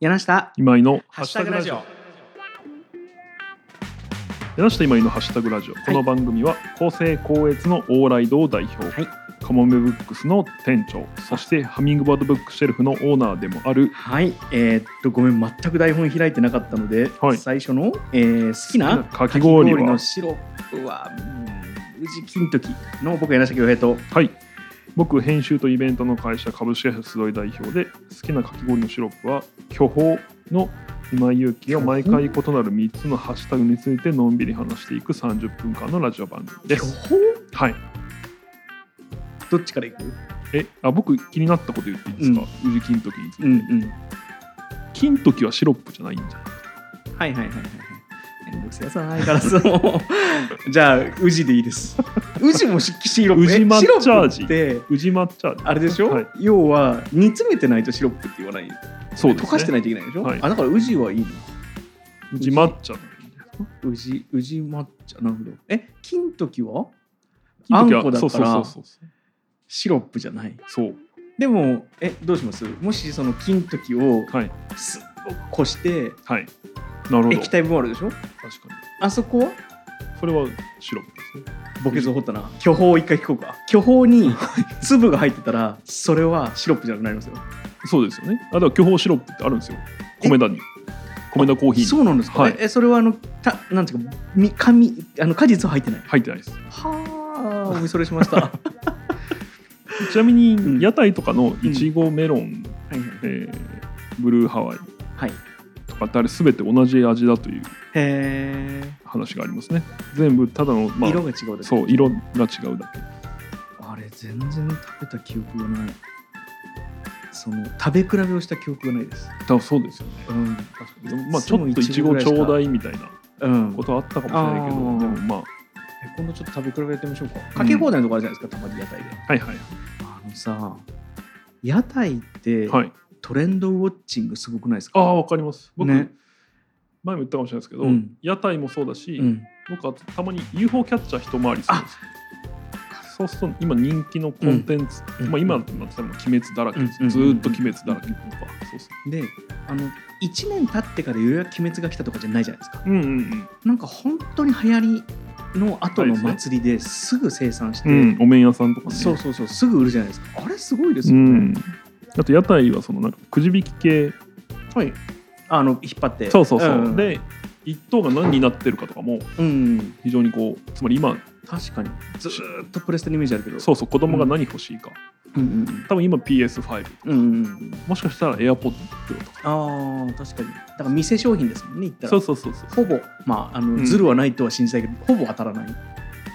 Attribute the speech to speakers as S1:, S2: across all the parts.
S1: 柳下
S2: 今井の
S1: ハッシュタグラジオ
S2: 柳下今井のハッシュタグラジオ、この番組は公正高越のオーライドを代表、
S1: はい
S2: カモメブックスの店長そしてハミングバードブックシェルフのオーナーでもある
S1: はいえーっとごめん全く台本開いてなかったので、
S2: はい
S1: 最初の、えー好きな
S2: かき氷は
S1: のシロップはうん宇治金時の僕柳下恭平と
S2: はい僕編集とイベントの会社株式会社集い代表で好きなかき氷のシロップは巨峰の今井勇気が毎回異なる3つのハッシュタグについてのんびり話していく30分間のラジオ番組です。
S1: 巨峰
S2: はい、
S1: どっちからいく
S2: えあ僕気になったこと言っていいですか、宇治金時について。
S1: うんうん
S2: 金時はシロップじゃないんじゃない
S1: はいはいはいはいはいめんどくせえやつだないからそう じゃあ宇治でいい です宇治もしシロップ
S2: 宇治
S1: え
S2: 抹茶味
S1: シロップって
S2: 宇治抹茶
S1: あれでしょ、
S2: はい
S1: 要は煮詰めてないとシロップって言わない
S2: そうです、ね、
S1: 溶かしてないといけないでしょ、
S2: はい
S1: あだから宇治はいいの
S2: 宇治抹茶
S1: 宇治宇治抹茶なるほどえ金時はあ
S2: 金
S1: ん
S2: 時は
S1: こだ
S2: そう
S1: か
S2: そうそ
S1: ら
S2: うそう
S1: シロップじゃない
S2: そう
S1: でもえどうしますもしその金時を
S2: はい
S1: すっごくこして
S2: はいなるほど
S1: 液体分あるでしょ
S2: 確か
S1: あそこは
S2: にそれはシロップですね
S1: ボケズ掘ったな巨峰を一回聞こうか巨峰に粒が入ってたらそれはシロップじゃなくなりますよ
S2: そうですよね。あ、だから巨峰シロップってあるんですよ。米田に。米田コーヒー
S1: そ
S2: に
S1: うなんですか、
S2: はい
S1: ええそれはあのたなんていうかみ紙あの果実は入ってない
S2: 入ってないです。
S1: はあお見それしました は
S2: ちなみ
S1: ん
S2: に、屋台とかのいちごメロン、
S1: いはい
S2: えーブルーハワイ
S1: はいへ
S2: とかってあれ全て同じ味だという
S1: え、
S2: 話がありますね。全部ただの、まあ、
S1: 色が違うだけ
S2: そう、色が違うだけ。
S1: あれ全然食べた記憶がないその食べ比べをした記憶がないです
S2: だからそうですよね。
S1: うん
S2: 確かに。まあ、ち
S1: そう
S2: ょっといちごちょうだいみたいな
S1: うん
S2: ことはあったかもしれないけど、
S1: あー
S2: でもまあ、
S1: え今度ちょっと食べ比べてみましょうかかけ放題のとこあるじゃないですか、たまに屋台で
S2: はいはい。
S1: あのさ屋台って
S2: はい、
S1: トレンドウォッチングすごくないです
S2: あ
S1: か、
S2: あ、わかります。僕、
S1: ね
S2: 前も言ったかもしれないですけど、
S1: うん
S2: 屋台もそうだし、
S1: うん、
S2: 僕はたまに UFO キャッチャー一回りするんですよそうすると今人気のコンテンツ、
S1: うん
S2: まあ、今だったらもう鬼滅だらけです、
S1: うん
S2: ずーっと鬼滅だらけとか、そうそう
S1: であの1年経ってからようやく鬼滅が来たとかじゃないじゃないですか
S2: うんうん
S1: なんか本当に流行りの後の
S2: はいですね
S1: 祭りですぐ生産して、
S2: うん、うん、お麺屋さんとかね
S1: そうそうそうすぐ売るじゃないですかあれすごいですよ
S2: う
S1: ね、
S2: ん、あと屋台はそのなんかくじ引き系
S1: はいあの引っ張って
S2: そうそうそう、
S1: ん
S2: で一等が何になってるかとかも
S1: うん、
S2: 非常にこうつまり今
S1: 確かにずーっとプレステのイメージあるけど
S2: そうそう子供が何欲しいか、
S1: う、うん
S2: 多分今 PS5 とか
S1: うんうんうんうん、
S2: もしかしたら AirPods とか
S1: あー確かにだから店商品ですもんね言ったら
S2: そうそうそうそ
S1: ほ
S2: う
S1: ぼまああの、
S2: うん
S1: ズルはないとは信じたいけどほぼ当たらない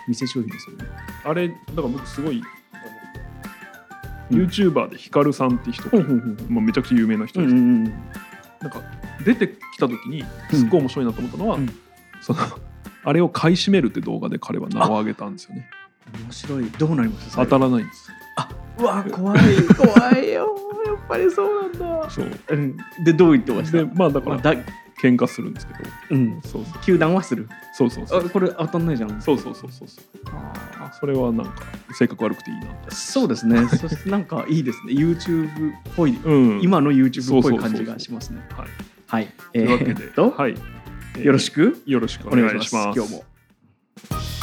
S1: 店商品ですもんね
S2: あれだから僕すごい
S1: うん
S2: YouTuber でヒカルさんって人が
S1: ほうほうほう
S2: まあ、めちゃくちゃ有名な人
S1: うん
S2: で
S1: う
S2: す、
S1: んうん
S2: なんか出てきた時にすっごい面白いなと思ったのは、
S1: うん
S2: そのあれを買い占めるって動画で彼は名を挙げたんですよね
S1: 面白いどうなりました
S2: 当たらないんです
S1: うわ 怖い怖いよやっぱりそうなんだ、
S2: そう
S1: うん、でどう言ってました
S2: でまあだか
S1: まあ
S2: ら
S1: だ
S2: 喧嘩するんですけど
S1: うん
S2: そうそう
S1: 球団はする
S2: そうそうそ
S1: あ
S2: う
S1: これ当たんないじゃん
S2: そうそうそうそうそう
S1: あ
S2: それはなんか性格悪くていいな
S1: ーそうですねそしてなんかいいですね YouTube っぽい
S2: うん
S1: 今の YouTube っぽい感じ
S2: そうそうそうそ
S1: が
S2: う
S1: しますね。
S2: はい
S1: はい。
S2: と
S1: え
S2: いうわけ
S1: ー
S2: で
S1: っ、と、
S2: はい、えー
S1: よろしく
S2: よろしく
S1: お
S2: お
S1: 願
S2: 願
S1: い
S2: い
S1: し
S2: し
S1: ま。
S2: ますす
S1: 今日も。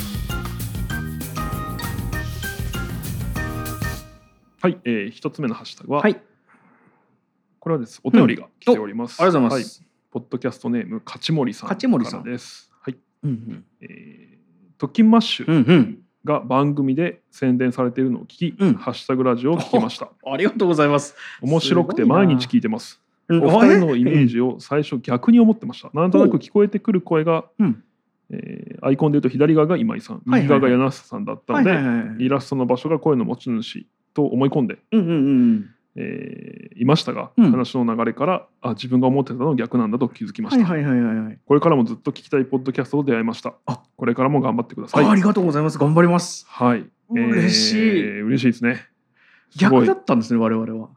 S2: はい、えー、一つ目のハッシュタグは、
S1: はい。ありが
S2: これはですお便りが来ております、
S1: とうございま
S2: は
S1: す。
S2: ポッドキャストネーム勝森さん
S1: 勝森さん
S2: からですはい
S1: うん
S2: えー、トキンマッシュ、
S1: うん。うん
S2: が番組で宣伝されているのを聞き、
S1: うん
S2: ハッシュタグラジオを聞きました。
S1: うん。ありがとうございます。
S2: 面白くて
S1: すごいな
S2: 毎日聞いてます。
S1: お
S2: お二人のイメージを最初逆に思ってました。なんとなく聞こえてくる声が、
S1: うん
S2: えーアイコンで言うと左側が今井さん、
S1: はいはい
S2: 右側が柳瀬さんだったの
S1: はい
S2: で、
S1: はいはい。
S2: イラストの場所が声の持ち主と思い込んで、
S1: うんうんうん。
S2: えーいましたが、
S1: うん
S2: 話の流れからあ自分が思ってたの逆なんだと気づきまし
S1: は
S2: た、
S1: いはいはいはいはい。
S2: これからもずっと聞きたいポッドキャストと出会いました。
S1: あ
S2: これからも頑張ってください。
S1: あありがとうございます。頑張ります。
S2: はい。
S1: 嬉しい
S2: えー嬉しいですね。すご
S1: 逆
S2: い
S1: だったんですね、我々は。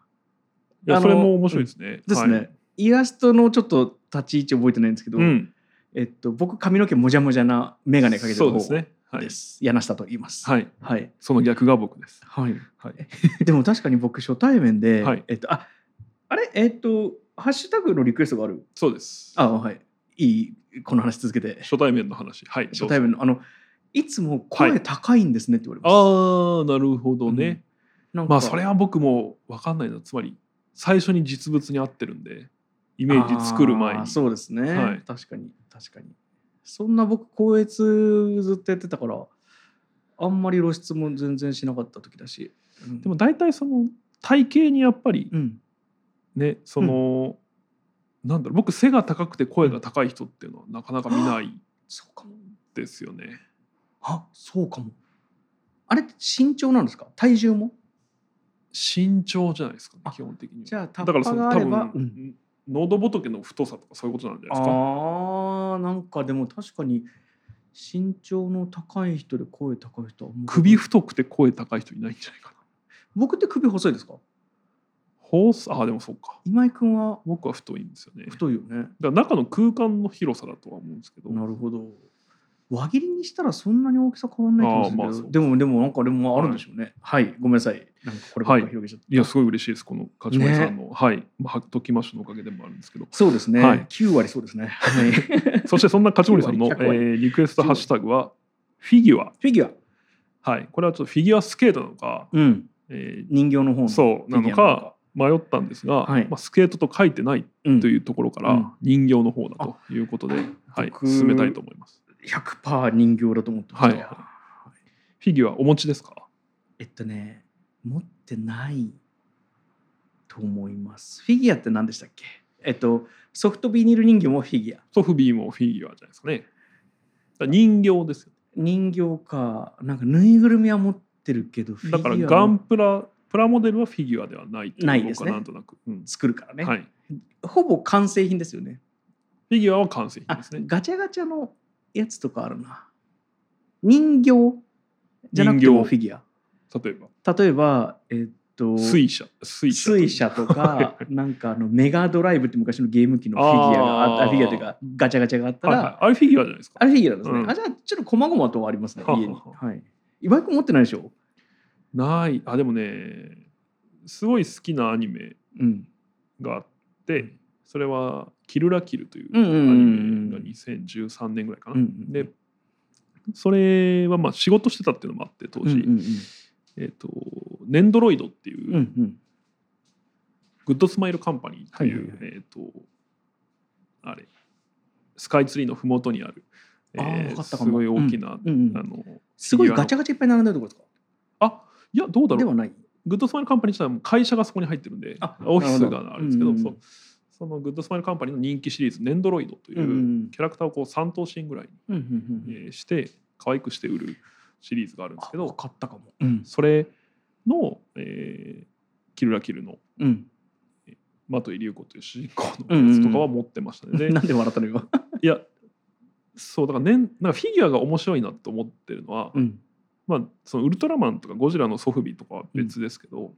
S2: いや
S1: あの
S2: それも面白いですね。
S1: ですね。
S2: はい
S1: イラストのちょっと立ち位置覚えてないんですけど、
S2: うん。
S1: えっと、僕、髪の毛もじゃもじゃな眼鏡かけてる
S2: そ
S1: 方
S2: うですね。はい
S1: で。す柳下と言います。
S2: はい。
S1: はい。
S2: その逆が僕です。
S1: はい。
S2: はい。
S1: でも確かに僕初対面で、
S2: はい
S1: えっとああれえっとハッシュタグのリクエストがある
S2: そうです
S1: あはいいいこの話続けて
S2: 初対面の話はいど
S1: 初
S2: うぞ
S1: 対面のあのいつも声高いんですねって言われます、
S2: ああなるほどね、
S1: なんか
S2: まあそれは僕も分かんないなつまり最初に実物に合ってるんでイメージ作る前
S1: あー
S2: に
S1: そうですね、
S2: はい
S1: 確かに確かにそんな僕校閲ずっとやってたからあんまり露出も全然しなかった時だし、うん
S2: でも大体その体型にやっぱり
S1: うん
S2: ねその、なんだろう僕背が高くて声が高い人っていうのはなかなか見ない
S1: そうかも
S2: ですよね。
S1: あそうかもあれって身長なんですか体重も
S2: 身長じゃないですか、ね
S1: あ、
S2: 基本的に
S1: じ
S2: は。
S1: ゃあタ
S2: だか
S1: ッ
S2: ら
S1: パ
S2: そ
S1: が
S2: の
S1: あ
S2: 多
S1: れ
S2: 分、
S1: ば、うん
S2: 喉仏の太さとかそういうことなんじゃないですか。
S1: あーなんかでも確かに身長の高い人で声高い人はあんま
S2: 首太くて声高い人いないんじゃないかな。
S1: 僕って首細いですか
S2: ホースあーでもそうか。
S1: 今井君は
S2: 僕は太いんですよね。だか
S1: 太いよね
S2: ら中の空間の広さだとは思うんですけど。
S1: なるほど輪切りにしたらそんなに大きさ変わんない気もするけど、
S2: あーまあそう
S1: でもでもなんかでもあるんでしょうねはい、ごめんなさいなんかこればっかり広げちゃった、
S2: いやすごい嬉しいですこの勝ちさんの、はい、まあ、はっときましのおかげでもあるんですけど
S1: そうですね、
S2: はい
S1: 9割そうですねはいフ
S2: そしてそんな勝ちさんの、え
S1: 100割
S2: ーリクエストハッシュタグはフィギュア
S1: ィギュア
S2: はい、これはちょっとフィギュアスケートなのか、
S1: うん
S2: え
S1: 人形の方
S2: ー
S1: の
S2: そうなの
S1: フィギュアなの
S2: か迷ったんですが、
S1: はい
S2: まあ、スケートと書いてない
S1: うん
S2: というところから、
S1: うん
S2: 人形の方だということで、はい、
S1: 僕
S2: 進めたいと思います。
S1: 100%人形だと思ってました、
S2: はいフィギュアお持ちですか
S1: えっとね持ってないと思いますフィギュアって何でしたっけえっとソフトビニール人形もフィギュア
S2: ソフビーもフィギュアじゃないですかね。だから人形ですよ。
S1: 人形かなんかぬいぐるみは持ってるけどフィギ
S2: だから
S1: ュ
S2: ガ
S1: ア
S2: ン
S1: を
S2: プラプラモデルはフィギュアではないという
S1: ないですね
S2: 僕はなんとなく、うん
S1: 作るからね、
S2: はい。
S1: ほぼ完成品ですよね
S2: フィギュアは完成品
S1: あ
S2: ですね。
S1: ガチャガチャのやつとかあるな人形じゃなくても
S2: 人
S1: フィギュ
S2: 例えば
S1: ア例えばえっと
S2: 水車水車
S1: 水車と かなんかあのメガドライブって昔のゲーム機のフィギュアがあった
S2: あー
S1: フィギュアというかガチャガチャがあった
S2: はい
S1: ら、
S2: はいあれフィギュアじゃないですか
S1: あれフィギュアですね、
S2: うん
S1: あじゃあちょっと細々とはありますね
S2: はは
S1: 家
S2: は
S1: にはい岩井君持ってないでしょ
S2: ないあでもねすごい好きなアニメ
S1: うん
S2: があってそれは「キルラキル」という
S1: うんうんうん
S2: ア
S1: う
S2: ニ
S1: ん
S2: メが2013年ぐらいかな、
S1: うん
S2: でそれはまあ仕事してたっていうのもあって当
S1: うんう
S2: 時、
S1: んうん
S2: えっ、とネンドロイドっていう、
S1: うんうん
S2: グッドスマイルカンパニーという、
S1: はいはい
S2: えっ、とあれスカイツリーのふもとにある
S1: あーわかった
S2: す
S1: かも
S2: ごい大きな、
S1: うんうん
S2: あの
S1: すごいガチャガチャいっぱい並んでるとこですか
S2: あいやどうだ
S1: で
S2: ろ
S1: は
S2: う
S1: ない
S2: グッドスマイルカンパニー自体はもう会社がそこに入ってるんで
S1: あ
S2: オフィス
S1: なるほ
S2: が
S1: ど
S2: あるんですけど、
S1: うんうん
S2: そうそのグッドスマイルカンパニーの人気シリーズ「ネンドロイド」とい
S1: うんうんうん
S2: うキャラクターをこう3頭身ぐらい
S1: うんうんうんうん
S2: にえーして可愛くして売るシリーズがあるんです
S1: あ
S2: けど
S1: 買ったかもうん
S2: それの、えーキルラキル」の
S1: うん
S2: マトイリュウコという主人公のやつとかは持ってましたね。で
S1: なんで笑ったの今
S2: いやそうだからねんなんかフィギュアが面白いなと思ってるのは、
S1: うん
S2: まあ、そのウルトラマンとかゴジラのソフビとかは別ですけど、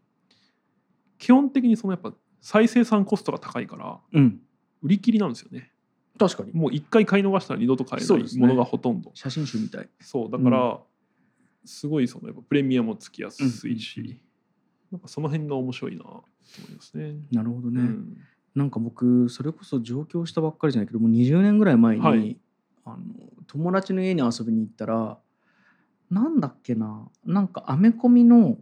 S2: 基本的にそのやっぱ再生産コストが高いから
S1: うん
S2: 売り切りなんですよね
S1: 確かに
S2: もう1回買い逃したら二度と買え
S1: そ
S2: な
S1: うです
S2: い
S1: ね
S2: ものがほとんど
S1: 写真集みたい
S2: そう,、だから、すごいそのやっぱプレミアもつきやすいし、
S1: うんうんう
S2: なんかその辺が面白いなと思いますね。
S1: なるほど
S2: う
S1: ね、
S2: ん
S1: なんか僕それこそ上京したばっかりじゃないけどもう20年ぐらい前に、
S2: はい
S1: あの友達の家に遊びに行ったらなんだっけななんかアメコミの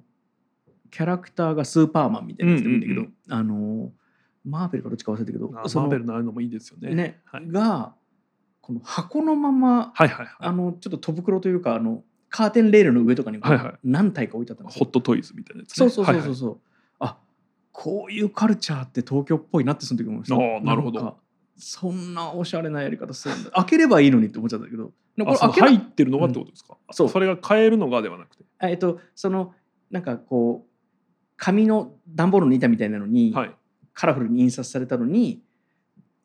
S1: キャラクターがスーパーマンみたいなやつでもいいんだけど、
S2: うんうん
S1: あのマーベルかどっちか忘れたけど
S2: マ
S1: その
S2: ーベルのああいうのもいいですよね。
S1: ね
S2: はい
S1: がこの箱のまま
S2: はいはいはい。
S1: あのちょっと戸袋というかあのカーテンレールの上とかに
S2: はいはい
S1: 何体か置いてあったんですよ
S2: ホットトイズみたいなやつ、
S1: そ
S2: ね。
S1: うそうそうそう
S2: はいはい
S1: そう、あこういうカルチャーって東京っぽいなってその時思いました
S2: あーなるほど
S1: んかそんなおしゃれなやり方するんだ開ければいいのにって思っちゃったけどでも
S2: あ
S1: これ
S2: その
S1: 開けな
S2: 入ってるのがってことですか、
S1: そう
S2: それが買えるのがではなくて。
S1: あえっとそのなんかこう紙の段ボールの板みたいなのに、
S2: はい。
S1: カラフルに印刷されたのに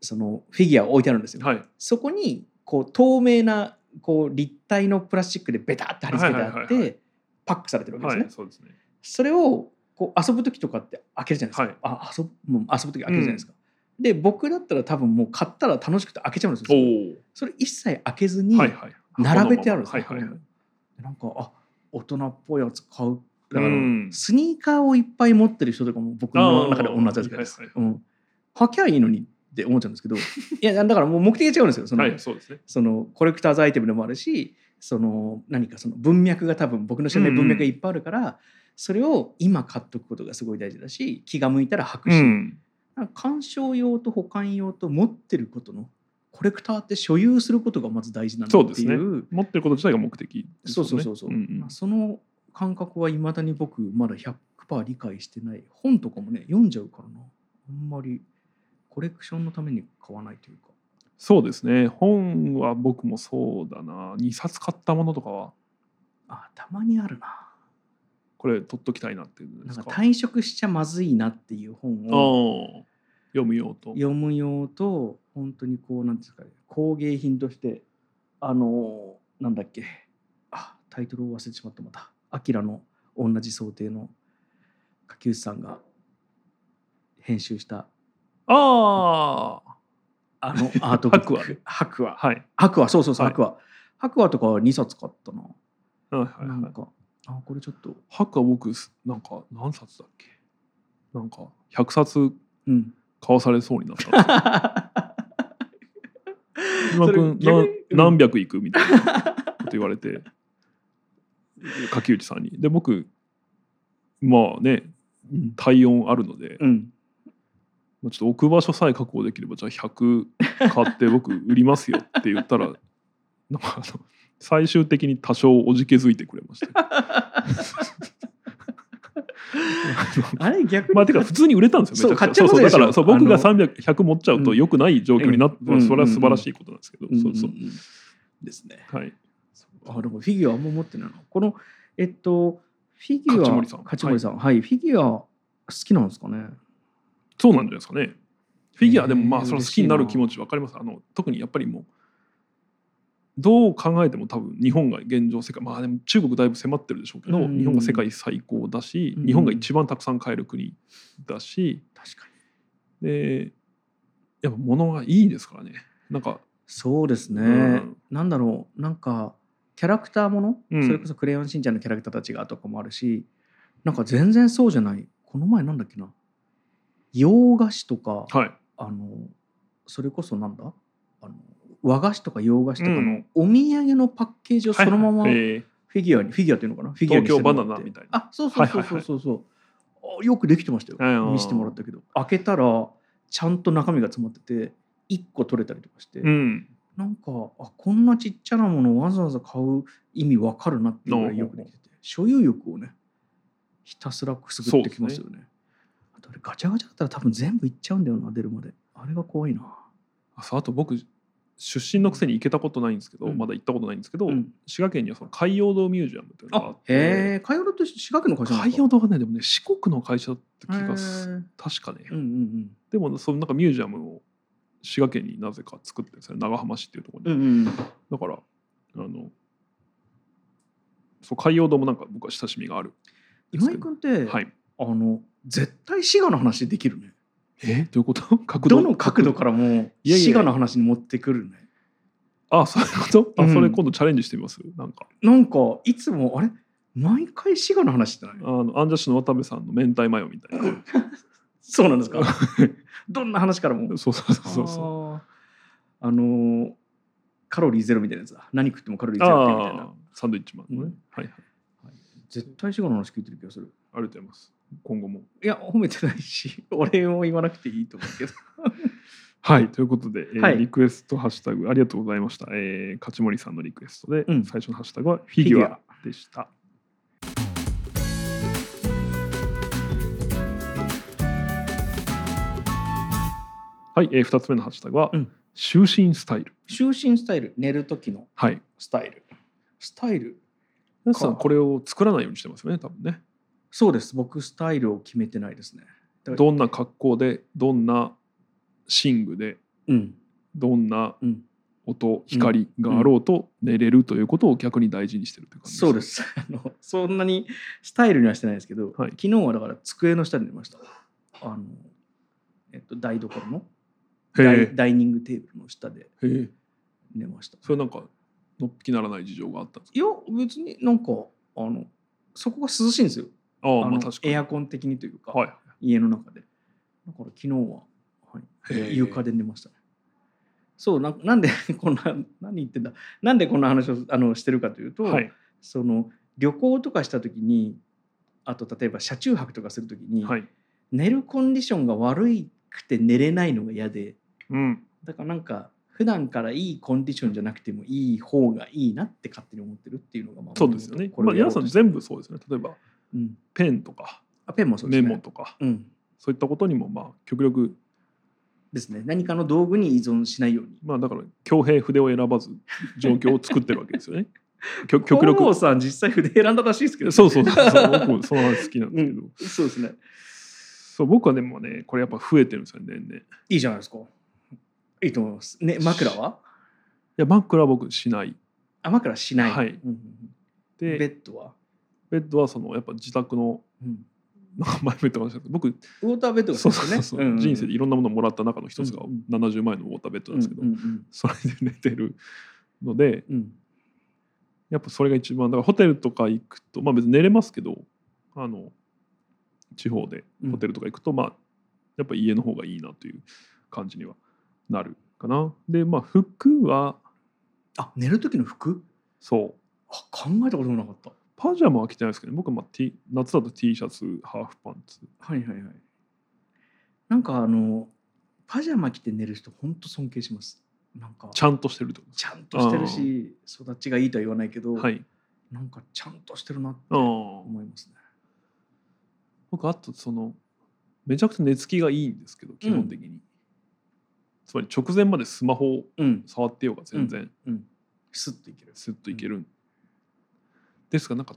S1: そのフィギュアを置いてあるんですよ、
S2: はい。
S1: そこにこう透明なこう立体のプラスチックでベタって貼り付けてあ
S2: はい
S1: っ
S2: はいはいは
S1: てパックされてるわけですね、
S2: はい、そうですね。
S1: それをこう遊ぶ時とかって開けるじゃないですか、あ遊ぶもう遊ぶ時開けるじゃないですか、で僕だったら多分もう買ったら楽しくて開けちゃうんですよ
S2: お
S1: それ一切開けずに
S2: お。はいはい。
S1: 並べてあるんです
S2: はい
S1: よ、
S2: はいはい。
S1: なんかあ大人っぽいやつ買うだから、
S2: うん
S1: スニーカーをいっぱい持ってる人とかも僕の中で同じやつです、
S2: あーはい
S1: うん、履きゃいいのにって思っちゃうんですけどいやだからもう目的が違うんですよその,、
S2: はいそうですね
S1: そのコレクターズアイテムでもあるしその何かその文脈が多分僕の知らない文脈がいっぱいあるから、それを今買っとくことがすごい大事だし気が向いたら履く
S2: う
S1: し、
S2: ん
S1: なんか鑑賞用と保管用と持ってることのコレクターって所有することがまず大事なんだってい
S2: そう持ってること自体が目的です
S1: そ
S2: よ
S1: う
S2: ね
S1: そうそうそう、
S2: んん
S1: まあ、その感覚はいまだに僕まだ100%理解してない本とかもね読んじゃうからなあんまりコレクションのために買わないというか
S2: そうですね本は僕もそうだな2冊買ったものとかは
S1: あたまにあるな
S2: これ取っときたいなっていうんで
S1: なん
S2: す
S1: か
S2: か
S1: 退職しちゃまずいなっていう本
S2: あ
S1: を
S2: ー読む用と
S1: 読む用と本当にこうなんていうんですかね工芸品としてあのーなんだっけあタイトルを忘れてしまったまた「アキラの同じ想定」の柿内さんが編集した
S2: ああ
S1: あ のアートブック白は
S2: はい
S1: 白はそうそうそう
S2: はい
S1: 白は白はとかは2冊買ったな
S2: はいはい
S1: な
S2: は
S1: ん
S2: い
S1: かあこれちょっと
S2: 博は僕すなんか何冊だっけなんか100冊
S1: うん
S2: 買わされそうになった 今
S1: それ
S2: 君
S1: 逆にうん
S2: 何百いくみたいなこと言わ れて柿内さんにで僕まあね
S1: うん
S2: 体温あるので、
S1: うん
S2: まあちょっと置く場所さえ確保できればじゃあ100買って僕売りますよって 言ったらなんかあの最終的に多少おじけづいて くれました あの
S1: あれ逆に
S2: まあてか普通に売れたんですよめちゃくちゃ
S1: そう
S2: そう
S1: 買っちゃうことで
S2: そうだか
S1: しょ
S2: らそう僕
S1: あの
S2: が300100持っちゃうと
S1: うん
S2: 良くない状況になって、
S1: うん
S2: それは素晴らしいことなんですけど、
S1: うん
S2: そうそう
S1: うんうんですね
S2: はい
S1: あでもフィギュアあんま持ってないなこのえっとフィギュア
S2: 勝森さん
S1: 勝森さんはい、フィギュア好きなんですかね
S2: そうなんじゃないですかねフィギュアでもま
S1: え
S2: あ
S1: ー
S2: その好きになる気持ち分かりますあの特にやっぱりもうどう考えても多分日本が現状世界まあでも中国だいぶ迫ってるでしょうけど、
S1: うん
S2: 日本が世界最高だし、
S1: うん
S2: 日本が一番たくさん買える国だし
S1: 確かに
S2: でやっぱ物はいいですからねなんか
S1: そうですね、
S2: うん
S1: なんだろうなんかキャラクターもの、
S2: うん
S1: それこそ「クレヨンしんちゃん」のキャラクターたちがとかもあるしなんか全然そうじゃないこの前なんだっけな洋菓子とか、
S2: はい
S1: あのそれこそなんだあの和菓子とか洋菓子とか
S2: う
S1: の
S2: ん
S1: お土産のパッケージをそのまま
S2: はい
S1: フ
S2: えー
S1: ィギュアにフィギュアっていうのかなフィギュアにしてもらって
S2: 東京バナナみたいな
S1: あそうそうそうそうそうそう、あよくできてました
S2: はいは
S1: よ
S2: い
S1: 見せてもらったけど開けたらちゃんと中身が詰まってて1個取れたりとかして、
S2: うん
S1: なんかあこんなちっちゃなものをわざわざ買う意味わかるなっていうぐらいよくできてて所有欲をねひたすらくすぐってきますよね。あとあれガチャガチャだったら多分全部いっちゃうんだよな出るまであれが怖いな。
S2: あそうあと僕出身のくせに行けたことないんですけど、
S1: うん
S2: まだ行ったことないんですけど、
S1: うん
S2: 滋賀県にはその海洋堂ミュージアムというのがあ
S1: あ
S2: っ、て
S1: へえ、海洋堂って滋賀県の会社なん
S2: 海
S1: ですか
S2: 洋堂はねでもね四国の会社だった気がす
S1: へー
S2: 確かね、
S1: うんうん
S2: でもそのなんかミュージアムを滋賀県になぜか作ってるんですよね長浜市っていうところ
S1: う
S2: に、
S1: ん。うんうん。
S2: だからあのそう海洋堂もなんか僕は親しみがあるんです
S1: 今
S2: け
S1: 井
S2: ど
S1: 君って、
S2: はい
S1: あの絶対滋賀の話できるね。
S2: えどういうこと角度
S1: どの角度からも
S2: いやいや
S1: 滋賀の話に持ってくるね。
S2: あそういうことあ、
S1: うん
S2: それ今度チャレンジしてみますなんか
S1: なんかいつもあれ毎回滋賀の話ってない
S2: あ。のアンジャッシュの渡部さんの明太マヨみたいな
S1: そうなんです か。どんな話からも。
S2: そうそうそうそう
S1: あーあのーカロリーゼロみたいなやつだ。何食ってもカロリーゼロみたい
S2: あ
S1: な。
S2: ーサンドイッチマンの
S1: う
S2: ね、
S1: ん
S2: はいはい
S1: 絶対滋賀の話聞いてる気がする。
S2: ありがとうございます今後も
S1: いや褒めてないし、 お礼を言わなくていいと思うけど。
S2: はい、ということで、えー
S1: はい
S2: リクエストハッシュタグありがとうございました。えー、勝森さんのリクエストで、
S1: うん
S2: 最初のハッシュタグはフィギュ
S1: フィギュ
S2: アでした。はい、えー、2つ目のハッシュタグは、
S1: うん
S2: 就寝スタイル。
S1: 就寝スタイル、寝る時の
S2: はい。
S1: スタイル。スタイル。
S2: 皆さん、これを作らないようにしてますよね、多分ね。
S1: そうです。僕スタイルを決めてないですね。だから
S2: どんな格好で、どんな寝具で、
S1: うん
S2: どんな
S1: うん。
S2: 音、光があろうと寝れるということを逆に大事にしてるという感じ
S1: そうで。す。 あのそんなにスタイルにはしてないですけど、
S2: はい
S1: 昨日はだから机の下に寝ました。あのえっと台所の
S2: へ
S1: ダ
S2: ー
S1: イダイニングテーブルの下で
S2: へえ
S1: 寝ました。
S2: それなんかのっぴきならない事情があったんですか
S1: いや別になんかあのそこが涼しいんですよ。
S2: ああ
S1: あ
S2: まあ
S1: の
S2: 確かに
S1: エアコン的にというか、
S2: はい
S1: 家の中で。だから昨日は、はい、
S2: へえ
S1: 床で寝ましたね。そうななんでこんな何言ってんだなんでこんな話をあのしてるかというと、
S2: はい
S1: その旅行とかした時にあと例えば車中泊とかする時に、
S2: はい
S1: 寝るコンディションが悪くて寝れないのが嫌で
S2: うん
S1: だからなんか普段からいいコンディションじゃなくてもいい方がいいなって勝手に思ってるっていうのがまあ
S2: そうですよね
S1: これ
S2: ま
S1: を
S2: あ
S1: やろ
S2: 皆
S1: うと
S2: さん
S1: して
S2: 全部そうですよね例えば
S1: うん、
S2: ペンとか
S1: あペンもそうで
S2: メ
S1: すね。
S2: モとか
S1: うん
S2: そういったことにもまあ極力
S1: ですね何かの道具に依存しないように。
S2: まあだから強兵筆を選ばず状況を作ってるわけです よね極極
S1: 皇后
S2: 力
S1: さん実際筆選んだらしいですけど、
S2: そうそうそうそう僕もその話好きなんですけど、
S1: そうですね。
S2: そう僕はでもねこれやっぱ増えてるんですよね年々い
S1: いいじゃないですか。いいと思います。ね枕は？
S2: や枕は僕しない
S1: あ枕しない。
S2: はい
S1: うんうんうんベ
S2: で
S1: ッドは？
S2: ベッドはそのやっぱ自宅の
S1: うん
S2: なんか前も言ってましたけど僕
S1: ウォーターベッドが
S2: そ
S1: 好き
S2: う
S1: です
S2: そう
S1: ね。
S2: そうそう、
S1: んん
S2: 人生でいろんなものをもらった中の一つが
S1: うん
S2: 70万円のウォーターベッドなんですけど、
S1: うんうん
S2: それで寝てるので
S1: うんうん
S2: やっぱそれが一番だからホテルとか行くとまあ別に寝れますけどあの地方で
S1: うん
S2: ホテルとか行くと、まあやっぱ家の方がいいなという感じにはなるかなでまあ服は
S1: あ寝る時の服？
S2: そう
S1: あ考えたこともなかった。
S2: パジャマは着てないですけど、ね、僕はまあ T 夏だと T シャツハーフパンツ
S1: はいはいはい。なんかあのパジャマ着て寝る人本当尊敬します。なんか
S2: ちゃんとしてるってことです
S1: ちゃんとしてるし育ちがいいとは言わないけど、
S2: はい
S1: なんかちゃんとしてるなって
S2: うん
S1: 思いますね。
S2: 僕あとそのめちゃくちゃ寝つきがいいんですけど基本的に、つまり直前までスマホを
S1: うん
S2: 触ってようが全然
S1: うんスッといける。
S2: スッといける、ですがなんか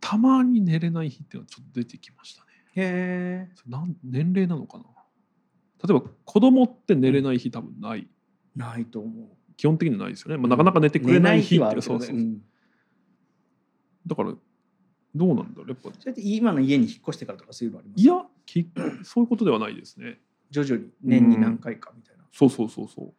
S2: たまに寝れない日っていうのはちょっと出てきましたね
S1: へえ。
S2: それなん年齢なのかな例えば子供って寝れない日多分ない
S1: ないと思う。
S2: 基本的にはないですよね、まあ、なかなか寝てくれない日っていうそうそうそう
S1: うん
S2: だからどうなんだろうやっぱ
S1: それって今の家に引っ越してからとかそういうのあります
S2: いやきそういうことではないですね
S1: 徐々に年に何回かみたいな。
S2: そうそうそうそう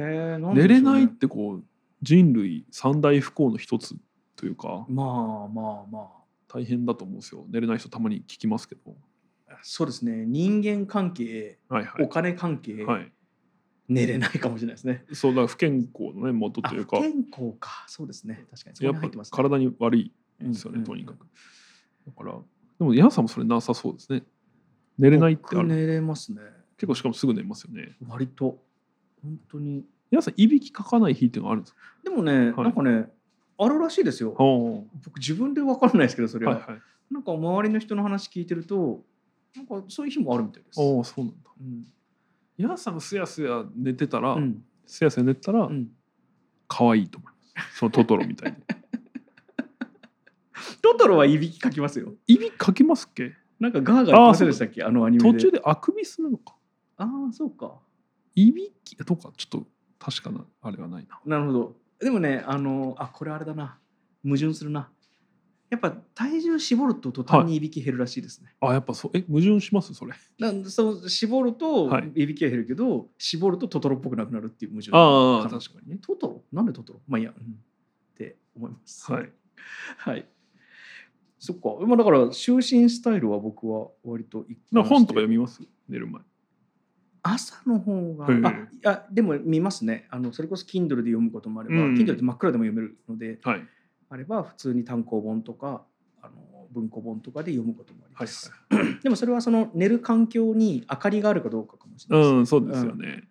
S1: へえ、なんでしょうね
S2: 寝れないってこう人類三大不幸の一つというか
S1: まあまあま
S2: 大変だと思うんですよ寝れない人たまに聞きますけど
S1: あ。そうですね。人間関係、
S2: はいは
S1: お金関係、
S2: い、はい、
S1: 寝れないかもしれないですね。
S2: そうだから不健康のね元というか
S1: あ健康か。そうですね。確かに。そこ
S2: や
S1: に入
S2: っ
S1: って
S2: ぱ
S1: ます、ね。
S2: 体に悪いんですよね、
S1: うん
S2: とにかくだからでも矢さんもそれなさそうですね寝れないってあ
S1: 僕
S2: る
S1: 寝れますね。
S2: 結構しかもすぐ寝ますよね
S1: 割と。本当に。
S2: 矢さんいびきかかない日っていうのはあるんですか
S1: でもね、なんかね、あるらしいですよ。
S2: は
S1: 僕自分で分からないですけど、それ
S2: あ
S1: は。
S2: はいはい
S1: なんか周りの人の話聞いてると、なんかそういう日もあるみたいです。
S2: ああそうなんだ
S1: うん
S2: 矢さんがすやすや寝てたら、
S1: うん
S2: すやすや寝てたら、
S1: うん
S2: 可愛いと思いますそのトトロみたいに
S1: トトロはいびきかきますよ。
S2: いびきかきますっけ
S1: なんかガーガー言ってませんでしたっけあのアニメ
S2: 途
S1: で。
S2: 中であくびするのか
S1: ああ、そうか。
S2: いびきとかちょっと確かなあれはないな
S1: なるほど。でもね、あの、あ、これあれだな。矛盾するな。やっぱ体重絞ると途端にいびき減るらしいですね。
S2: あやっぱそうえ矛盾しますそれ
S1: なんでそう絞ると
S2: はい
S1: いびきは減るけど、絞るとトトロっぽくなくなるっていう矛盾。
S2: ああ確かにね
S1: トトロなんでトトロまあいいや、うんって思います。
S2: はい。
S1: はい。そっか。まあだから、就寝スタイルは僕は割と一貫
S2: な
S1: して
S2: 本とか読みます寝る前
S1: 朝の方が、
S2: へえ
S1: あいやでも見ますねあのそれこそ Kindle で読むこともあれば、
S2: うん
S1: Kindle って真っ暗でも読めるので
S2: はいはい
S1: あれば普通に単行本とかあの文庫本とかで読むこともあり
S2: は
S1: ます、
S2: い
S1: でもそれはその寝る環境に明かりがあるかどうかかもしれないです、
S2: うんそうですよね、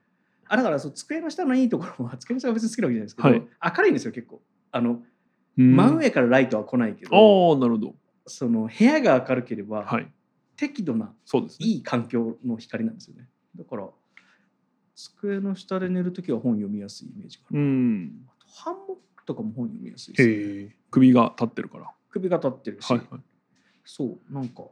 S1: あだからそう机の下のいいところは机の下が別に好きなわけじゃないですけど、
S2: はい
S1: 明るいんですよ結構あの、
S2: うん
S1: 真上からライトは来ないけ
S2: あ
S1: ど
S2: あなるほど
S1: その部屋が明るければ、
S2: はい
S1: 適度な
S2: そうですね
S1: いい環境の光なんですよねだから机の下で寝るときは本読みやすいイメージがある
S2: うん
S1: あとハンモックとかも本読みやすいです
S2: へえ首が立ってるから
S1: 首が立ってるし、
S2: はいはい
S1: そうなんか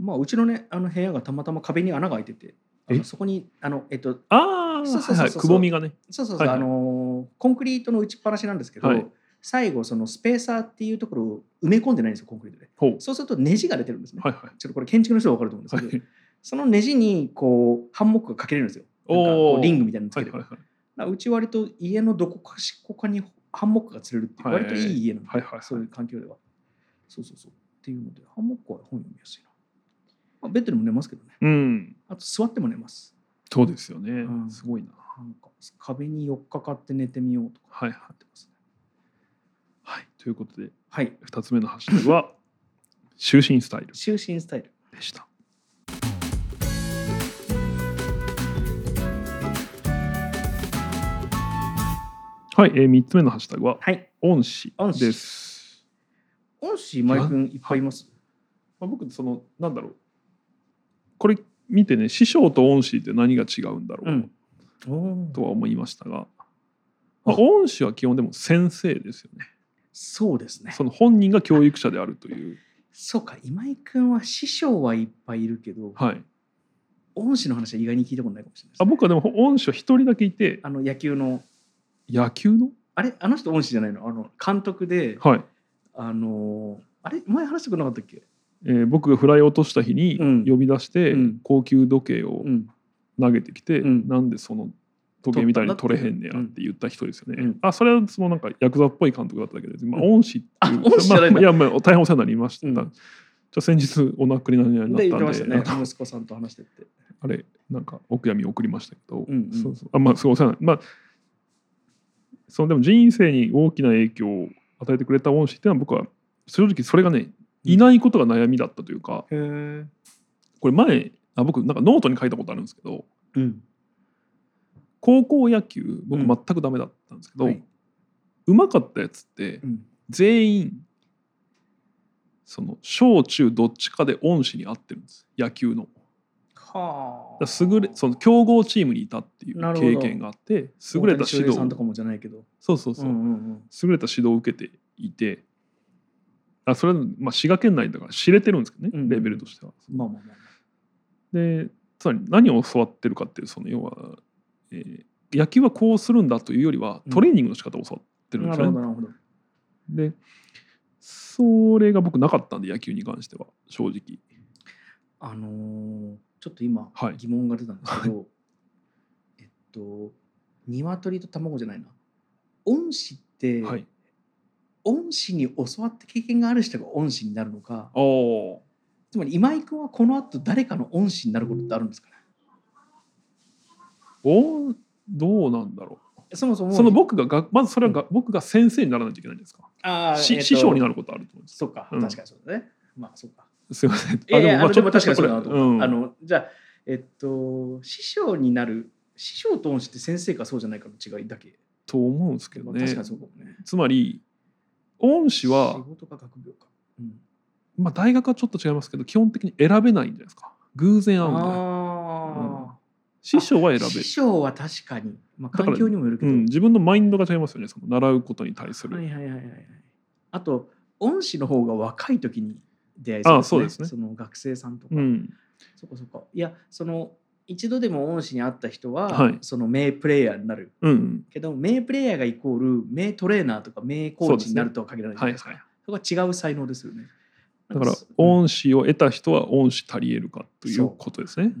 S1: まあうちのねあの部屋がたまたま壁に穴が開いててあの
S2: え
S1: そこにあのえっと
S2: ああ
S1: そうそうそうそう
S2: はいはいくぼみがね
S1: そうそうそう、
S2: はいはい
S1: あのーコンクリートの打ちっぱなしなんですけど、
S2: はい
S1: 最後そのスペーサーっていうところを埋め込んでないんですよコンクリートで
S2: ほう
S1: そうするとネジが出てるんですね、
S2: はいは
S1: ちょっとこれ建築の人は分かると思うんです
S2: いは
S1: け
S2: い
S1: ど、そのネジにこうハンモックがかけれるんですよなんかこ
S2: おー
S1: うリングみたいなのつ
S2: は
S1: け
S2: い
S1: て、
S2: はい
S1: だ
S2: はい
S1: からうち割と家のどこかしこかにハンモックが釣れるっていう
S2: はい
S1: 割といい家なんで、
S2: はいはいはい
S1: そういう環境ではそうそうそうっていうのでハンモックは本読みやすいな、まあ、ベッドにも寝ますけどね
S2: うん
S1: あと座っても寝ます
S2: そうですよね、
S1: うん
S2: すごいな
S1: なんか壁に4日かかって寝てみようとか
S2: はいはい
S1: やってますね。
S2: はいということで
S1: はい、
S2: 2つ目のハッシュタグは「就寝スタイル
S1: 就寝スタイル。」
S2: でしたはい、えー、3つ目のハッシュタグは
S1: はい。
S2: 「恩師」
S1: 恩師
S2: です、
S1: 恩師マイ君いっぱいいます。
S2: まあ、僕そのなんだろうこれ見てね師匠と恩師って何が違うんだろう、
S1: うん。お
S2: と
S1: お。
S2: は思いましたが、まあ、恩師は基本でも先生ですよね
S1: そうですね。
S2: その本人が教育者であるという
S1: そうか、今井君は師匠はいっぱいいるけど、
S2: はい
S1: 恩師の話は意外に聞いたことないかもしれないです
S2: あ僕はでも恩師は一人だけいて
S1: あの野球の、
S2: 野球の
S1: あれあの人恩師じゃないのあの監督で、
S2: はい、
S1: あのーあれ前話したくなかったっけ
S2: えー僕がフライを落とした日に
S1: うん
S2: 呼び出して、
S1: うん
S2: 高級時計を
S1: うん。
S2: 投げてきて、
S1: うん
S2: なんでその時計みたいに取れへんねやって言った人ですよね、
S1: うん
S2: あそれはそのなんかヤクザっぽい監督だっただけで、まあ、
S1: うん
S2: 恩師っていう、
S1: あ恩師じゃないんだ
S2: まあいや、まあ、大変お世話になりました、
S1: うん
S2: じゃあ先日お亡くなりになったん
S1: で
S2: で
S1: 言ってましたね
S2: あの
S1: 息子さんと話してって
S2: あれなんかお悔やみ送りましたけど、
S1: んうん
S2: そうそうあまあすごいお世話になまあそのでも人生に大きな影響を与えてくれた恩師っていうのは僕は正直それがねいないことが悩みだったというか
S1: へえ
S2: これ前あ僕なんかノートに書いたことあるんですけど
S1: うん
S2: 高校野球僕
S1: うん
S2: 全くダメだったんですけど、
S1: は
S2: う
S1: い
S2: まかったやつって
S1: うん
S2: 全員その小中どっちかで恩師に合ってるんです野球の。
S1: は
S2: だから優れその強豪チームにいたっていう
S1: なるほど
S2: 経験があって優
S1: 優
S2: れ
S1: れ
S2: た
S1: た指
S2: 指導
S1: 導さんとかもじゃないけど
S2: そうそうそう、
S1: んうん
S2: 優れた指導を受けていてあそれは、まあ、滋賀県内だから知れてるんですけどね、
S1: うん
S2: レベルとしては。
S1: うんまあまあまあ
S2: でつまり何を教わってるかっていうその要は、えー野球はこうするんだというよりは
S1: うん
S2: トレーニングの仕方を教わってるん
S1: な
S2: です
S1: る
S2: よ
S1: ほ
S2: ね。
S1: どなるほど
S2: でそれが僕なかったんで野球に関しては正直。
S1: あのーちょっと今
S2: はい
S1: 疑問が出たんですけどえっと鶏と卵じゃないな恩師って
S2: はい、
S1: 恩師に教わった経験がある人が恩師になるのか
S2: お
S1: つまり今井君はこの後誰かの恩師になることってあるんですかね
S2: おどうなんだろ
S1: そもそうも
S2: その僕ががまずそれはが、僕が先生にならないといけないんですか、
S1: あー
S2: し
S1: えっと
S2: 師匠になることあると思うんです
S1: そうか、
S2: うん
S1: 確かにそうだね。まあ、そうか。
S2: すいません
S1: いやいやあのでも確かにそうだなと思った、
S2: ん
S1: あの、じゃあ、えっと、師匠になる、師匠と恩師って先生かそうじゃないかの違いだけ。
S2: と思うんですけ
S1: ま
S2: ど
S1: あ、
S2: ね
S1: 確かにそうかもね。
S2: つまり恩師
S1: 仕
S2: は、
S1: 事か学業か。うん、
S2: まあ、大学はちょっと違いますけど基本的に選べないんじゃないですか偶然会うんじゃない
S1: あ
S2: 師匠は
S1: あ、
S2: 選べ
S1: 師
S2: る、
S1: 匠は確かに、まあ、
S2: だから
S1: 環境にもよるけ
S2: う
S1: ど。
S2: ん、自分のマインドが違いますよねその習うことに対する、
S1: はいはいはいはいはい。あと、恩師の方が若い時に出会いそうですね。
S2: あそうですね
S1: その学生さんとか。
S2: うん、
S1: そこそこ。いや、その、一度でも恩師に会った人は、
S2: はい
S1: その名プレイヤーになる。
S2: うんうん
S1: けど名プレイヤーがイコール名トレーナーとか名コーチになるとは限らないじゃ
S2: は
S1: ない
S2: い
S1: ですか
S2: は
S1: そ,、
S2: い
S1: こは違う才能ですよね
S2: だから
S1: オン
S2: 恩師を得た人は恩師足りえるかということですね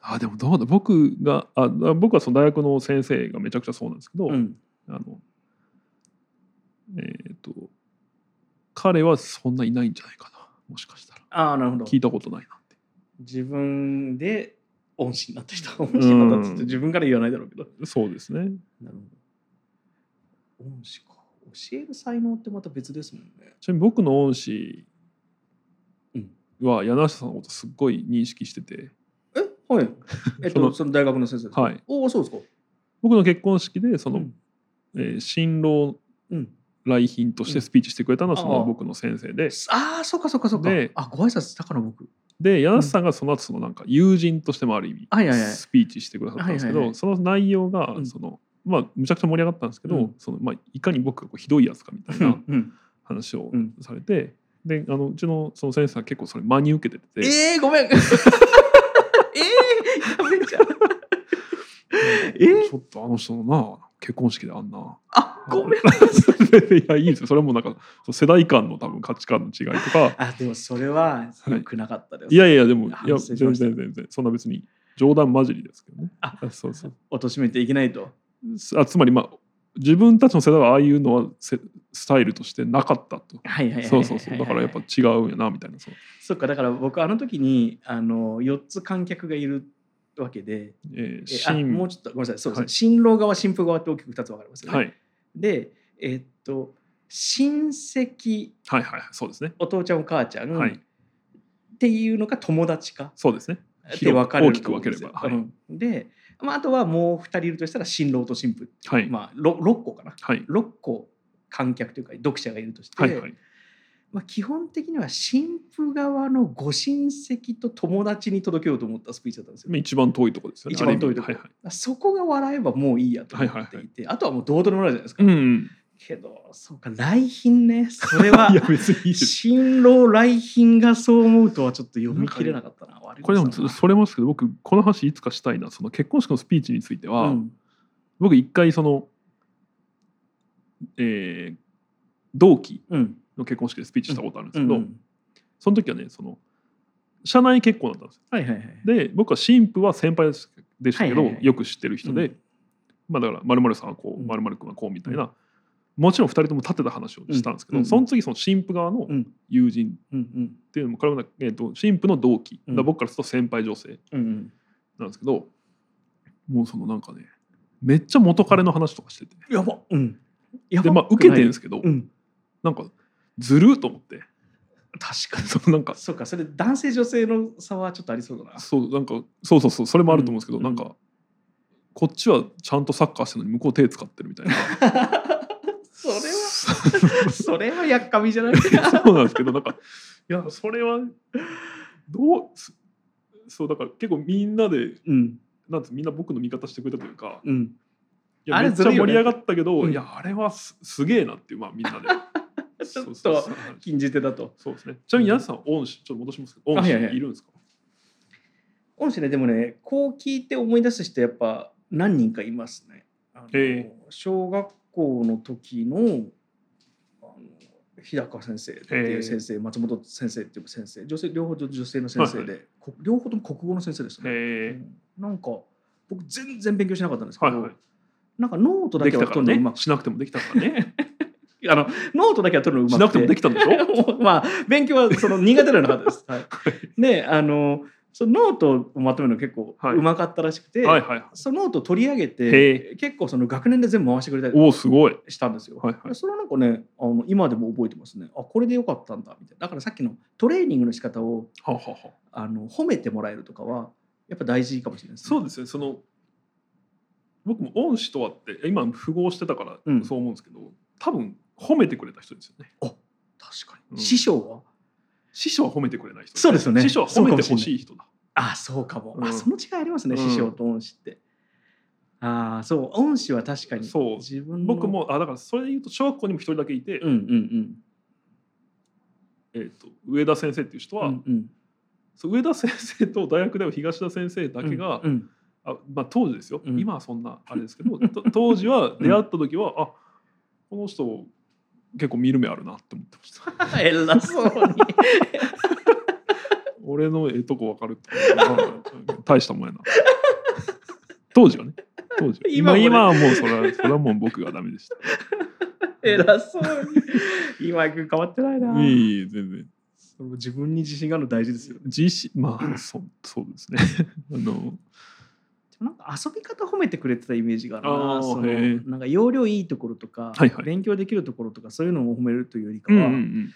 S2: あでもどうだ僕があ僕はその大学の先生がめちゃくちゃそうなんですけど、
S1: うん
S2: あのえっ、と彼はそんないないんじゃないかなもしかしたら
S1: ああなるほど
S2: 聞いたことないなって
S1: 自分で恩師になった人は恩師になったって言って自分から言わないだろうけど、
S2: そうですね。
S1: なるほど恩師か教える才能ってまた別ですもんね
S2: ちなみに僕の恩師
S1: うん
S2: は柳下さんのことすっごい認識してて、
S1: えはいえっ
S2: そ
S1: と
S2: の
S1: その大学の先生ですか
S2: はい
S1: おおそうですか
S2: 僕の結婚式でそ
S1: う
S2: の、
S1: ん
S2: えー新郎
S1: うん、
S2: 来賓としてスピーチしてくれたのは
S1: うん
S2: その
S1: ああ
S2: 僕の先生で、
S1: ああそうかそうかそうか
S2: で
S1: あご挨拶したかな僕
S2: で柳下さんがその後そのなんか友人としてもある意味
S1: はいはいはい
S2: スピーチしてくださったんです
S1: は
S2: け
S1: いはいは
S2: ど、
S1: い
S2: その内容が
S1: うん
S2: そのまあむちゃくちゃ盛り上がったんですけ
S1: う
S2: ど
S1: ん、
S2: そのまあいかに僕がこうひどいやつかみたいな話を
S1: うん
S2: されて、であのうちのその先生は結構それ真に受けてて。
S1: ええー、ごめん。ええー、やべちゃう。え
S2: ちょっとあの人のな結婚式であんな。
S1: あ、ごめん。
S2: いやいいですよそれはもうなんかそう世代間の多分価値観の違い とか
S1: あ、でもそれは良くなかったです。
S2: いやいやでもいや
S1: 反省し
S2: 全
S1: ました
S2: 然全然そんな別に冗談交じりですけどね
S1: あ
S2: そうそう
S1: 貶めていけないと。
S2: あつまりまあ自分たちの世代はああいうのはせスタイルとしてなかったと
S1: はいはいはいはいはい。
S2: そうそうそうだからやっぱ。違うんやなみたいなそう
S1: そっか、だから僕あの時にあの四つ観客がいるわけで、
S2: え
S1: え
S2: ー、
S1: あ
S2: 新
S1: もうちょっとごめんなさいそうです、
S2: はい
S1: 新郎側新婦側って大きく2つ分かれますよね。
S2: はい
S1: でえっと親戚
S2: はいはいそうですね
S1: お父ちゃんお母ちゃん、
S2: はい
S1: っていうのか友達か
S2: そうですね
S1: って分かれ
S2: 大
S1: る
S2: き
S1: と
S2: く
S1: 思うん
S2: 分
S1: で
S2: けれ
S1: す
S2: ば
S1: よ
S2: はい、
S1: うんで、まあ、あとはもう2人いるとしたら新郎と新婦、
S2: はい
S1: まあ、ろ 6, 個かな
S2: はい
S1: 6個観客というか読者がいるとして、
S2: はいはい
S1: まあ、基本的には新婦側のご親戚と友達に届けようと思ったスピーチだったんですよ。
S2: 一番遠いところですよね
S1: 一番遠いとこ
S2: ある意味
S1: そこが笑えばもういいやと思っていて、
S2: はいはい
S1: あとはもうどうとでもなるじゃないですか。
S2: はいはいうん
S1: けどそうか来賓ねそれは
S2: いや別にいいです
S1: 新郎来賓がそう思うとはちょっと読み切れなかったな。悪い
S2: これでも
S1: としたな
S2: それますけど僕この話いつかしたいなその結婚式のスピーチについては、
S1: うん
S2: 僕一回その、えー同期
S1: うん
S2: の結婚式でスピーチしたことあるんです
S1: う
S2: け
S1: ん
S2: ど、
S1: うん
S2: その時はねその社内結婚だったんですよ
S1: はいはいはい。
S2: で僕は新婦は先輩でしたけど、
S1: はいはいはい
S2: よく知ってる人で、
S1: うん
S2: まあ、だから〇〇さんはこう
S1: うん
S2: 〇〇君はこうみたいな、
S1: う
S2: もちろん2人とも立てた話をしたんですけど、
S1: うん
S2: その次その新婦側の
S1: うん
S2: 友人
S1: うんうん
S2: っていうのもこれもね、えー、と新婦の同期、
S1: うん
S2: だから僕からすると先輩女性
S1: うん
S2: なんですけどもうそのなんかねめっちゃ元彼の話とかしてて
S1: うん。やばうん。やば
S2: でまあ
S1: くない
S2: 受けてるんですけど、
S1: うん。
S2: なんかずるーと思って
S1: 確かに。
S2: そのなんか
S1: そうかそれ男性女性の差はちょっとありそうだな。
S2: そうなんかそうそうそうそれもあると思うんですけど、
S1: うん
S2: なんかこっちはちゃんとサッカーしてるのに向こう手使ってるみたいな
S1: それは それはやっかみじゃない。
S2: そうなんですけどなんかいやそれはどうすそうだから結構みんなで
S1: うん
S2: なんてみんな僕の味方してくれたというか
S1: うん。
S2: いや
S1: あれ
S2: めっち
S1: ず
S2: ゃ
S1: るい
S2: 盛
S1: よね
S2: り上がったけど、
S1: うん
S2: いやあれはすすげえなっていうまあみん なで
S1: ちょっと
S2: そうそうそう
S1: 禁じ手だと。
S2: そうですねちなみに安さん恩師ちょっと戻しますけど恩師
S1: あいやいや
S2: いるんですか
S1: 恩師ねでもねこう聞いて思い出す人やっぱ何人かいますね。あの
S2: え
S1: 小学校の時のあの日高先生っていう先生、松本先生っていう先生女性両方と女性の先生で、こ両方とも国語の先生ですね。
S2: え
S1: なんか僕全然勉強しなかったんです
S2: ー、
S1: け
S2: はい
S1: ど、
S2: はい
S1: なんかノートだ
S2: で
S1: け
S2: き
S1: は
S2: たか
S1: 取
S2: ら
S1: るのう
S2: ね
S1: まく
S2: しなくてもできたか らね
S1: あのノートだけは取るのうま
S2: し
S1: くて
S2: なくてもできた んでしょ
S1: もうまあ勉強はその苦手ではなかったです。 はい、であのそのノートをまとめるの結構
S2: はいう
S1: まかったらしくて、
S2: はいはい
S1: そのノートを取り上げ
S2: へ
S1: て結構その学年で全部回してくれたり
S2: おおすごい
S1: したんですよ。
S2: はいはい
S1: でそれはなんかねあの今でも覚えてますねあこれでよかったんだみたいなだからさっきのトレーニングの仕方を
S2: はあはあはあ
S1: あの褒めてもらえるとかはやっぱ大事かもしれないですね。
S2: そうですねその僕も恩師とはって今符合してたから
S1: うん
S2: そう思うんですけど、多分褒めてくれた人ですよね
S1: 確かに、
S2: うん
S1: 師匠は
S2: 師匠は褒めてくれない人
S1: そうですよね
S2: 師匠は褒めてほしい人だ
S1: あそうかも、
S2: う
S1: あ
S2: ん
S1: その違いありますね、
S2: うん
S1: 師匠と恩師ってああそう恩師は確かに
S2: そう
S1: 自分の
S2: 僕もあだからそれで言うと小学校にも一人だけいて、
S1: うんうん
S2: えー、と上田先生っていう人
S1: うん
S2: は、
S1: うんうん
S2: そう上田先生と大学では東田先生だけが、
S1: うん
S2: あまあ、当時ですよ、
S1: うん
S2: 今はそんなあれですけどと当時は出会った時は、あこの人結構見る目あるなって思ってま し た
S1: 偉そうに
S2: 俺のええとこ分かるってまあ大したもんやな当時はね当時は
S1: 今
S2: 今
S1: もね
S2: 今はもうそれはそれはもう僕がダメでした
S1: 偉そうに今井君変わってないない
S2: えいえ全然
S1: それも自分に自信があるの大事ですよね
S2: 自信まあそうそうですね あの
S1: でもなんか遊び方褒めてくれてたイメージがある
S2: あ
S1: な
S2: ー
S1: そ
S2: へえ
S1: のなんか要領いいところとか、
S2: はいはい
S1: 勉強できるところとかそういうのを褒めるというよりか
S2: うんう
S1: は、
S2: んうん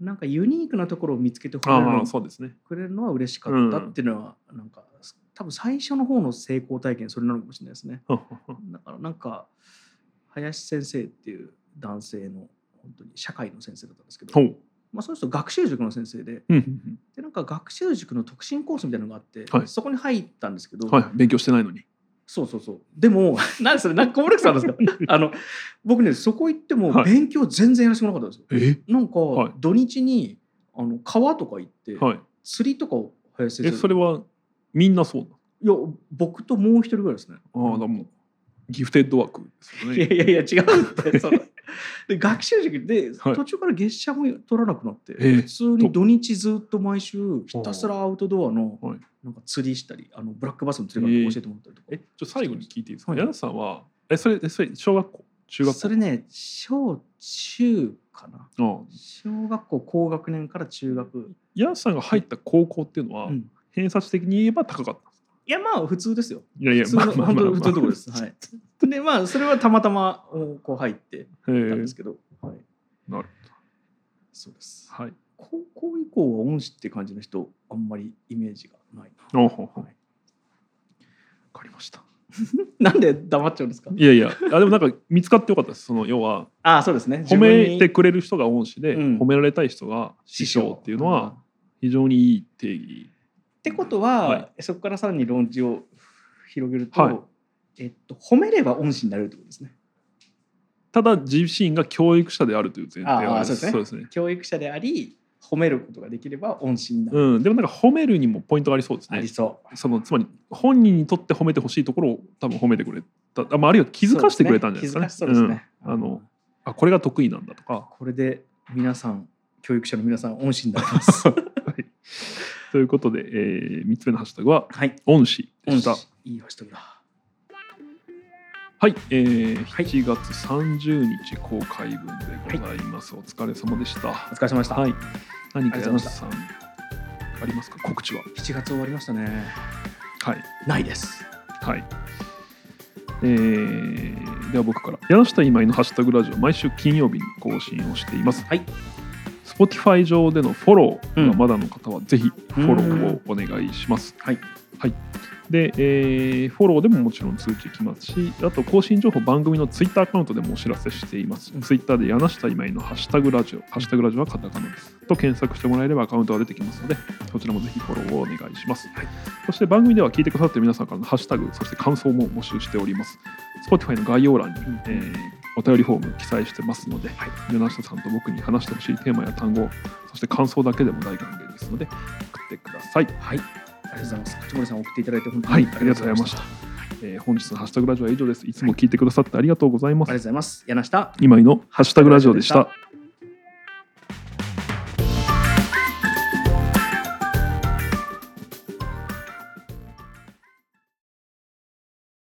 S1: なんかユニークなところを見つけて褒める
S2: あ
S1: の
S2: あそうですね
S1: くれるのは嬉しかったっていうのは、なんか多分最初の方の成功体験それなのかもしれないですねだからなんか林先生っていう男性の本当に社会の先生だったんですけ
S2: ほ
S1: ど、
S2: う
S1: まあ、その人学習塾の先生で
S2: うん
S1: でなんか学習塾の特進コースみたいなのがあって、
S2: はい
S1: そこに入ったんですけど、
S2: はい勉強してないのに
S1: そうそうそうでも なんでそれなんかコンプレックスあるん ですかあの僕ねそこ行っても
S2: はい
S1: 勉強全然やらせてもらなかったんですよ。
S2: え
S1: なんか、
S2: はい
S1: 土日にあの川とか行って、
S2: はい
S1: 釣りとかを林先
S2: え
S1: 生
S2: それはみんなそう
S1: いや僕ともう一人ぐらいですね。
S2: なああだもうギフテッドワークですよ
S1: いや
S2: ね
S1: いやいや違うってその で学習塾で
S2: はい
S1: 途中から月謝も取らなくなって、
S2: ええ
S1: 普通に土日ずっと毎週ひたすらアウトドアの
S2: はい
S1: なんか釣りしたりあのブラックバスの釣り方教えてもらったりとか、
S2: えちょ最後に聞いていいですか
S1: はい
S2: 柳田さんはえそれえそれ小学校中学校
S1: それね小中かな
S2: ああ
S1: 小学校高学年から中学、
S2: ヤンさんが入った高校っていうのは、
S1: うん
S2: 偏差値的に言えば高かったんですか
S1: いやまあ普通ですよ。
S2: いやいや
S1: 普通の
S2: まあまあ
S1: 本
S2: まあ
S1: 当
S2: まあ
S1: に普通のところです。 はい。でまあそれはたまたまうんこう入って
S2: え
S1: たん
S2: ー
S1: ですけど、はい。
S2: なる
S1: そうです。
S2: ほどはい
S1: 高校以降は恩師って感じの人あんまりイメージがないな。
S2: おうほうほう
S1: はいわかりました。 なんで黙っちゃうんですか。
S2: いやいやあでもなんか見つかってよかったですその要は
S1: ああそうですね。
S2: 褒めてくれる人が恩師で、
S1: うん
S2: 褒められたい人が師匠っていうのは非常にいい定義
S1: ってことは、
S2: は
S1: そこからさらに論じを広げると、
S2: はい
S1: えっと、褒めれば恩師になれるってことですね。
S2: ただ自身が教育者であるという前提
S1: あ
S2: は
S1: あそうですね
S2: そうですね
S1: 教育者であり褒めることができれば恩師になる、
S2: うん、でもなんか褒めるにもポイントがありそうです
S1: あ
S2: ね
S1: り。そう。
S2: そのつまり本人にとって褒めてほしいところを多分褒めてくれた、あまあ、あるいは気づかしてくれたんじゃないですかね。
S1: そうですね気づかしそうですね
S2: うんあのあこれが得意なんだとか。
S1: これで皆さん教育者の皆さん恩師になります。
S2: ということで、え3つ目のハッシュタグは
S1: はい。
S2: 「恩師」 で
S1: 恩
S2: し
S1: 師
S2: た。
S1: いいお人だ。
S2: はい、えー
S1: はい
S2: 7月30日公開分でございます。お疲れ様でした。
S1: お疲れ様でした。
S2: はい、何か
S1: ありがとうご
S2: 柳
S1: ざいま
S2: 瀬
S1: し
S2: さんありますか告知は。
S1: 7月終わりましたね。
S2: はい
S1: ないです。
S2: はい。えーでは僕から。柳下今井のハッシュタグラジオ、毎週金曜日に更新をしています。
S1: はい。
S2: Spotify 上でのフォローが
S1: うん
S2: まだの方は、ぜひフォローをお願いします。
S1: はい。
S2: で、えーフォローでももちろん通知きますし、あと更新情報、番組の Twitter アカウントでもお知らせしています。
S1: うん
S2: Twitter で柳下今井のハッシュタグラジオ、ハッシュタグラジオはカタカナです。と検索してもらえればアカウントが出てきますので、そちらもぜひフォローをお願いします。
S1: はい
S2: そして番組では聞いてくださっている皆さんからのハッシュタグ、そして感想も募集しております。Spotify の概要欄に、
S1: ん
S2: えーお便りフォーム記載してますので、
S1: はい
S2: 柳下さんと僕に話してほしいテーマや単語、そして感想だけでも大歓迎ですので、送ってください。
S1: はい。ありがとうございます。口森さん送っていただいて本当に
S2: はい、ありがとうございました
S1: あ。
S2: えー本日のハッシュタグラジオは以上です。いつも聞いてくださってありがとうござい
S1: り
S2: ま
S1: がとう
S2: す。
S1: ございます。柳下。
S2: 今井のハッシュタグラジオでした。